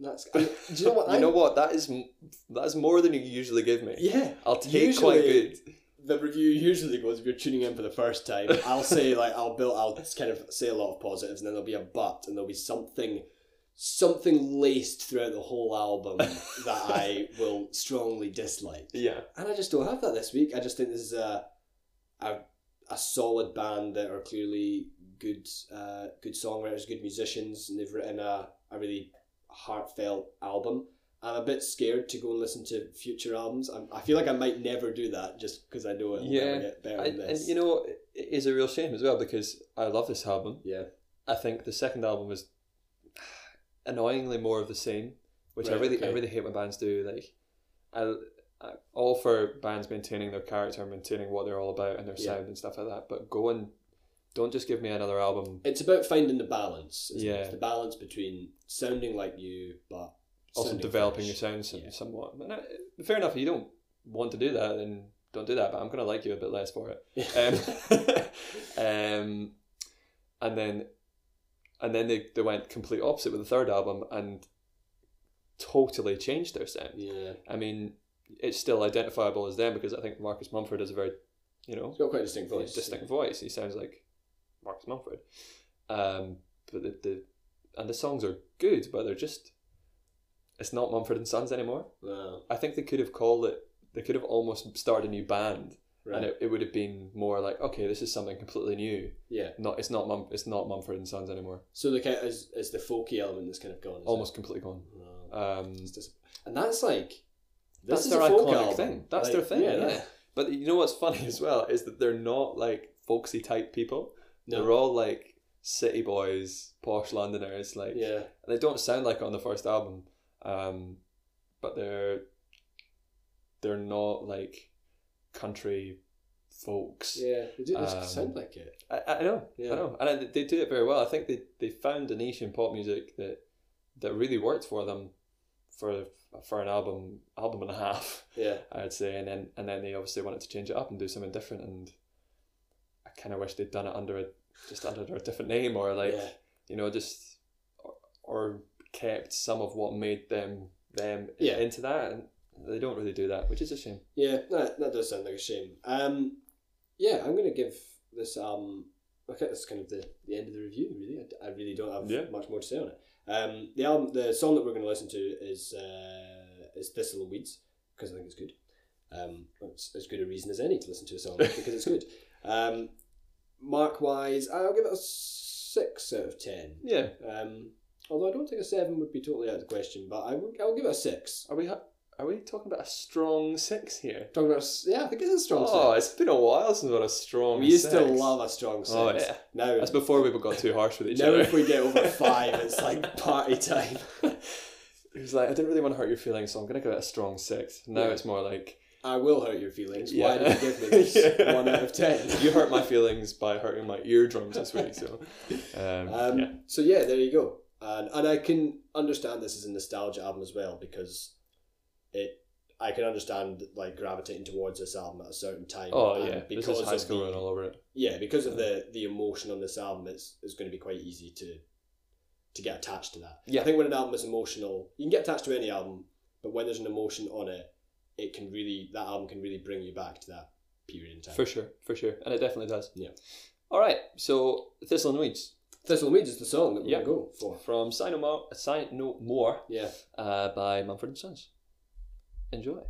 that's I mean, do you know what <laughs> you I- know what that is m- that is more than you usually give me yeah I'll take quite Usually- good. the review usually goes if you're tuning in for the first time i'll say <laughs> like i'll build i'll kind of say a lot of positives and then there'll be a but and there'll be something something laced throughout the whole <laughs> album that i will strongly dislike Yeah. and I just don't have that this week. I just think this is a a, a solid band that are clearly good uh, good songwriters, good musicians, and they've written a, a really heartfelt album. I'm a bit scared to go and listen to future albums. I'm, I feel like I might never do that just because I know it'll Yeah, never get better I, than and this. you know, it is a real shame as well because I love this album. yeah, I think the second album was <sighs> annoyingly more of the same, which I Right, really, I okay. really hate when bands do. Like, I, I all for bands maintaining their character and maintaining what they're all about and their Yeah. sound and stuff like that. But go and don't just give me another album. it's about finding the balance. isn't it? Yeah. It's the balance between sounding like you but Also sounding developing fresh. your sound some, Yeah. somewhat. And I, fair enough, if you don't want to do that, then don't do that. But I'm gonna like you a bit less for it. <laughs> um, <laughs> um, and then and then they, they went complete opposite with the third album and totally changed their sound. yeah, I mean, it's still identifiable as them because I think Marcus Mumford has a very, you know, it's got quite a distinct voice. distinct voice. He sounds like Marcus Mumford. Um, but the, the and the songs are good, but they're just it's not Mumford and Sons anymore. Wow, I think they could have called it. They could have almost started a new band right. and it, it would have been more like okay this is something completely new yeah. not it's not Mum, it's not mumford and sons anymore So the kind of, is, is the folky element that's kind of gone. is almost it? completely gone Wow. um It's dis- and that's like this that's is their a folk iconic album. thing that's Like, their thing yeah, that- but you know what's funny as well is that they're not like folksy type people No. they're all like city boys posh londoners like yeah, they don't sound like it on the first album um but they're they're not like country folks yeah. They do Um, just sound like it. I, I know, Yeah. I know, and I, they do it very well. I think they, they found a niche in pop music that that really worked for them for for an album album and a half. <laughs> Yeah. I'd say, and then and then they obviously wanted to change it up and do something different, and I kind of wish they'd done it under a just under a different name or like Yeah. you know just or, or kept some of what made them them Yeah. into that, and they don't really do that, which is a shame. Yeah, that, that does sound like a shame. Um, yeah, I'm going to give this album. Okay, that's kind of the, the end of the review, really. I d- I, really don't have Yeah. much more to say on it. Um, the album, the song that we're going to listen to is uh, is Thistle and Weeds because I think it's good. Um, it's as good a reason as any to listen to a song <laughs> because it's good. Um, mark wise, I'll give it a six out of ten. Yeah, Um, although I don't think a seven would be totally out of the question, but I would, I'll give it a six. are we ha- are we talking about a strong six here? Talking about, a s- yeah, I think it is a strong. Oh, six. it's been a while since we've had a strong. We used to six. love a strong six. Oh, yeah. Now, That's before we got too harsh with each now other. if we get over <laughs> five, it's like party time. He was like, I didn't really want to hurt your feelings, so I'm gonna give it a strong six. Now Yeah. it's more like I will hurt your feelings. Why Yeah. did you give me this? <laughs> Yeah. One out of ten. <laughs> you hurt <laughs> my feelings by hurting my eardrums this week. So, um, Um, yeah. So yeah, there you go. And and I can understand this is a nostalgia album as well because it. I can understand like gravitating towards this album at a certain time. Oh and yeah, this is high of school the- and all over it. yeah, because of the the emotion on this album, it's it's going to be quite easy to to get attached to that. Yeah. I think when an album is emotional, you can get attached to any album, but when there's an emotion on it, it can really that album can really bring you back to that period in time. For sure, for sure, and it definitely does. Yeah. All right, so Thistle and Weeds Thistle Meads is the song that we're Yeah. gonna go for. from Sign No More, Sign No More Yeah. uh, by Mumford and Sons. Enjoy.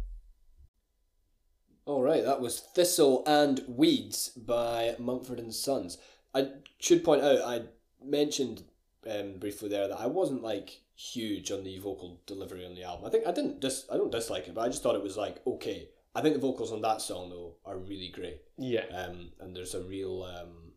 All right, that was Thistle and Weeds by Mumford and Sons. I should point out I mentioned um, briefly there that I wasn't like huge on the vocal delivery on the album. I think I didn't dis- I don't dislike it, but I just thought it was like okay. I think the vocals on that song though are really great. Yeah. Um, and there's a real um,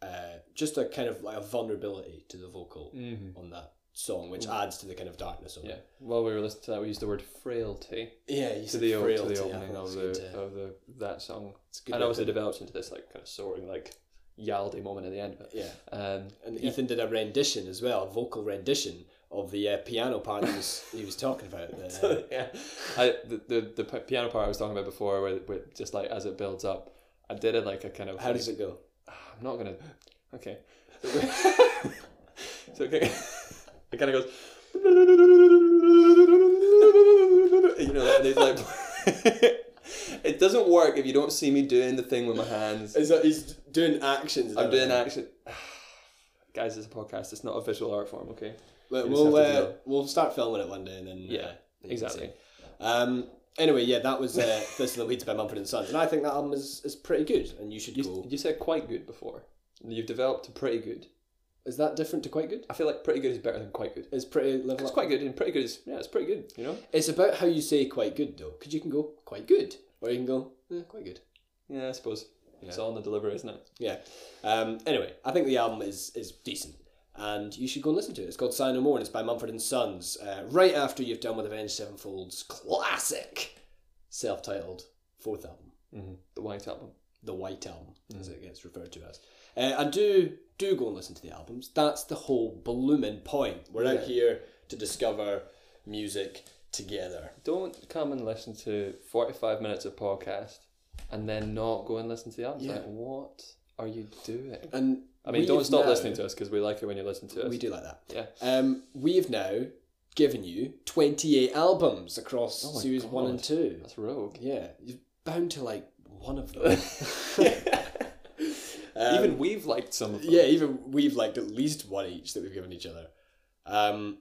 uh, just a kind of like a vulnerability to the vocal Mm-hmm. on that song, which adds to the kind of darkness of Mm. Yeah. it. While we were listening to that, we used the word frailty Yeah, you to said the, o- to frailty. the I opening thought of that's the good, uh, of the that song, it's good and obviously opening. develops into this like kind of soaring like yaldy moment at the end of it. Yeah. Um, And yeah. Ethan did a rendition as well, a vocal rendition of the uh, piano part he was, he was talking <laughs> about. <laughs> Uh, the- yeah. I the, the the p- piano part I was talking about before, where, where just like as it builds up, I did it like a kind of. how does it go? I'm not gonna. <laughs> Okay. so okay. <laughs> It kind of goes. You know, and it's like. <laughs> it doesn't work if you don't see me doing the thing with my hands. Is that, he's doing actions. I'm doing action. <sighs> Guys, it's a podcast. It's not a visual art form, okay? We'll, You just we'll, have to do uh, we'll start filming it one day and then. uh, Yeah, you can Exactly. see. Um, anyway, yeah, that was uh, <laughs> Thistle and Weeds by Mumford and Sons. And I think that album is, is pretty good and you should You, go. you said quite good before. You've developed to pretty good. Is that different to Quite Good? I feel like pretty good is better than quite good. It's pretty level It's up. quite good, and pretty good is yeah, it's pretty good. You know. It's about how you say quite good though, because you can go quite good or you can go eh, quite good. Yeah, I suppose it's all in the delivery, isn't it? Yeah. Um, anyway, I think the album is is decent, and you should go and listen to it. It's called Sign No More, and it's by Mumford and Sons. Uh, right after you've done with Avenged Sevenfold's classic self-titled fourth album, Mm-hmm. The white album. the White Album, as it gets referred to as. Uh, and do do go and listen to the albums. That's the whole blooming point. We're out here to discover music together. Don't come and listen to forty-five minutes of podcast and then not go and listen to the album. It's Yeah. Like, what are you doing? And I mean, we've don't stop now- listening to us because we like it when you listen to us. We do like that. Yeah. Um, we've now given you 28 albums across Oh my series one and God. two. That's rogue. Yeah, you're bound to like one of <laughs> them. Um, Even we've liked some of them. yeah, even we've liked at least one each that we've given each other. Um,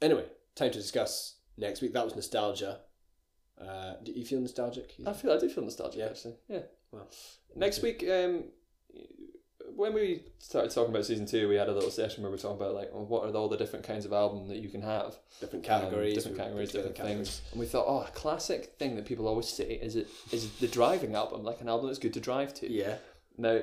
anyway, time to discuss next week. That was nostalgia. Uh, do you feel nostalgic? I feel I do feel nostalgic Yeah. actually. Yeah. Well, Next week, um, when we started talking about season two, we had a little session where we were talking about like, well, what are all the different kinds of album that you can have. Different um, categories. different we categories, put together different things. And we thought, oh, a classic thing that people always say is it is the driving album, like an album that's good to drive to. Yeah. Now,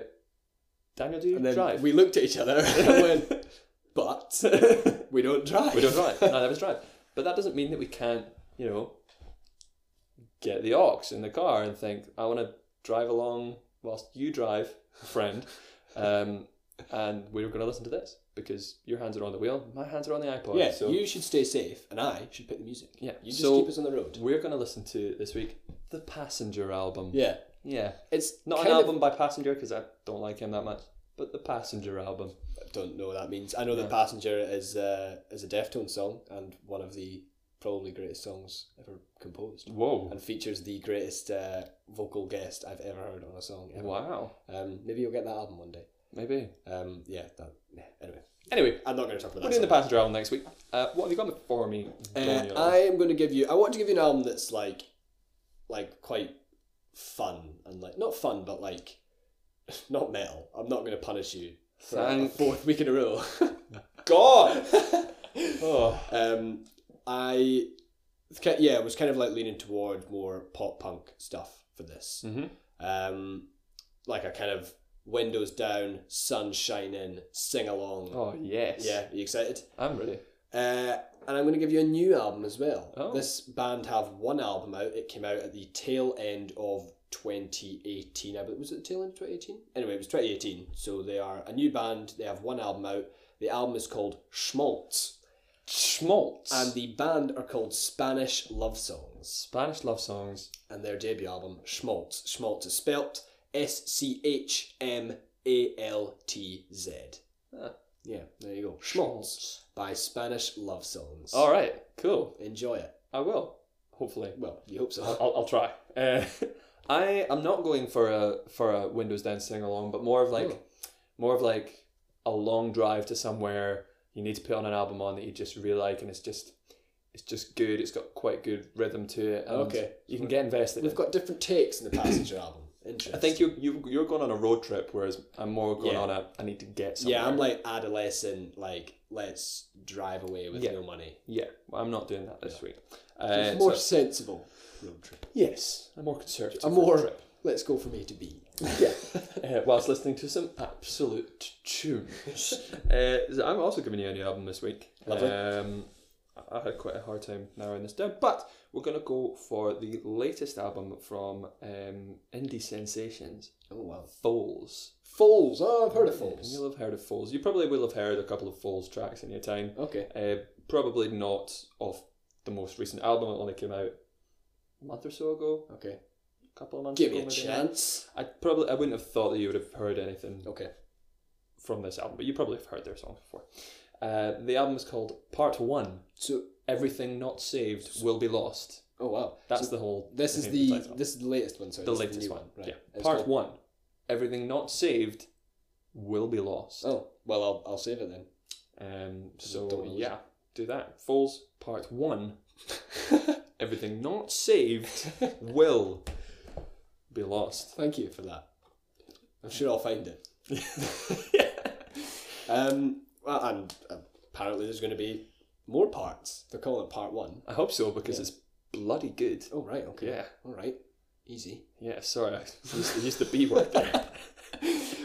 Daniel, do you And then drive? we looked at each other <laughs> and went, but <laughs> we don't drive. We don't drive. Neither of us drive. But that doesn't mean that we can't, you know, get the aux in the car and think, I want to drive along whilst you drive, friend, um, and we're going to listen to this because your hands are on the wheel, my hands are on the iPod. Yeah, so you should stay safe, and I should pick the music. Yeah, you just so- keep us on the road. we're going to listen to this week the Passenger album. Yeah, yeah. it's Not an kind of- album by Passenger because I don't like him that much, but the Passenger album. I don't know what that means. I know that "Passenger" is uh, is a Deftones song and one of the probably greatest songs ever composed, Whoa! and features the greatest uh, vocal guest I've ever heard on a song. Ever. Wow. Um, maybe you'll get that album one day. Maybe. Um, yeah, that, yeah. Anyway, Anyway, I'm not going to talk about we're that. doing the song. Passenger album next week. Uh, what have you got for me? Daniel? Uh, I am going to give you. I want to give you an album that's like, like quite fun and like not fun, but like <laughs> not metal. I'm not going to punish you for a Thank- fourth week in a row. God. oh. um, I it's ki- yeah, was kind of like leaning toward more pop punk stuff for this. Mhm. Um, like a kind of windows down, sun shining, sing along. Oh yes. Yeah, are you excited? I'm ready. Uh, and I'm going to give you a new album as well. Oh. This band have one album out. It came out at the tail end of 2018. I believe was it the tail end of 2018? Anyway, it was 2018. So they are a new band. They have one album out. The album is called Schmaltz, Schmaltz and the band are called Spanish Love Songs. Spanish love songs. And their debut album Schmaltz. Schmaltz is spelt S C H M A L T Z. Ah. Yeah, there you go. Schmaltz by Spanish Love Songs. All right. Cool. Enjoy it. I will. Hopefully. Well, you hope so. I'll, I'll try. Uh, <laughs> I am not going for a for a Windows Down sing along, but more of like Oh. more of like a long drive to somewhere. You need to put on an album on that you just really like, and it's just it's just good. It's got quite good rhythm to it. and Okay. you can get invested. We've got different takes in the Passenger <coughs> album. Interesting. I think you you you're going on a road trip, whereas I'm more going Yeah. on a I need to get somewhere. yeah, I'm like adolescent. Like, let's drive away with Yeah. no money. yeah. Well, I'm not doing that this week. It's Uh, more so- sensible road trip. yes, a more conservative. A road more trip. let's go from A to B. yeah, <laughs> uh, whilst listening to some absolute <laughs> tunes. Uh, so I'm also giving you a new album this week. Lovely. Um, I- I had quite a hard time narrowing this down, but we're going to go for the latest album from um, Indie Sensations, Oh wow, Foals. Foals. Oh, I've heard of And Foals. you'll have heard of Foals. You probably will have heard a couple of Foals tracks in your time. Okay. Uh, probably not off the most recent album, it only came out a month or so ago, Okay. a couple of months Give ago. me a maybe. chance. I probably I wouldn't have thought that you would have heard anything Okay. from this album, but you probably have heard their songs before. Uh, the album is called Part One. So, Everything not saved will be lost. oh wow, That's So the whole. This is thing the title. this is the latest one. Sorry, the this is latest new one. Right. Yeah. It's Part called- one. Everything not saved will be lost. Oh well, I'll I'll save it then. Um, don't so wanna lose yeah, do that. Falls Part One. <laughs> Everything not saved will be lost. Thank you for that. I'm sure I'll find it. <laughs> Um, well, and apparently there's going to be more parts. They're calling it part one. I hope so because Yeah. it's bloody good. Oh, right, okay. Yeah, All right. Easy. <laughs> yeah. Sorry, <laughs> I used, I used the B word there.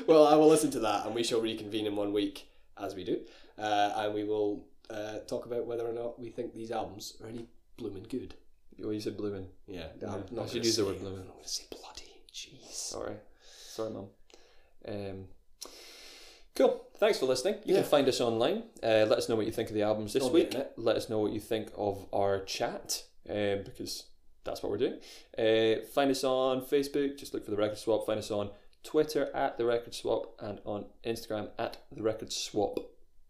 Well, I will listen to that and we shall reconvene in one week, as we do. Uh, and we will uh, talk about whether or not we think these albums are any blooming good. Well, you said bloomin'. Yeah, Yeah, I should gonna use the say- word blooming. I'm not going to say bloody. Jeez. Sorry. Sorry, Mum. Um, cool. Thanks for listening. You Yeah. can find us online. Uh, let us know what you think of the albums this On the week. internet. Let us know what you think of our chat, um, because that's what we're doing. Uh, find us on Facebook. Just look for The Record Swap. Find us on Twitter at The Record Swap and on Instagram at The Record Swap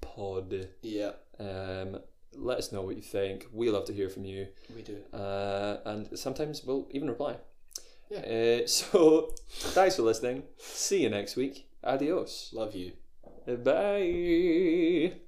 Pod. Yeah, Um, let us know what you think. We love to hear from you we do. uh, and sometimes we'll even reply. Yeah. Uh, <laughs> so, thanks for listening. See you next week. Adios. Love you. Bye.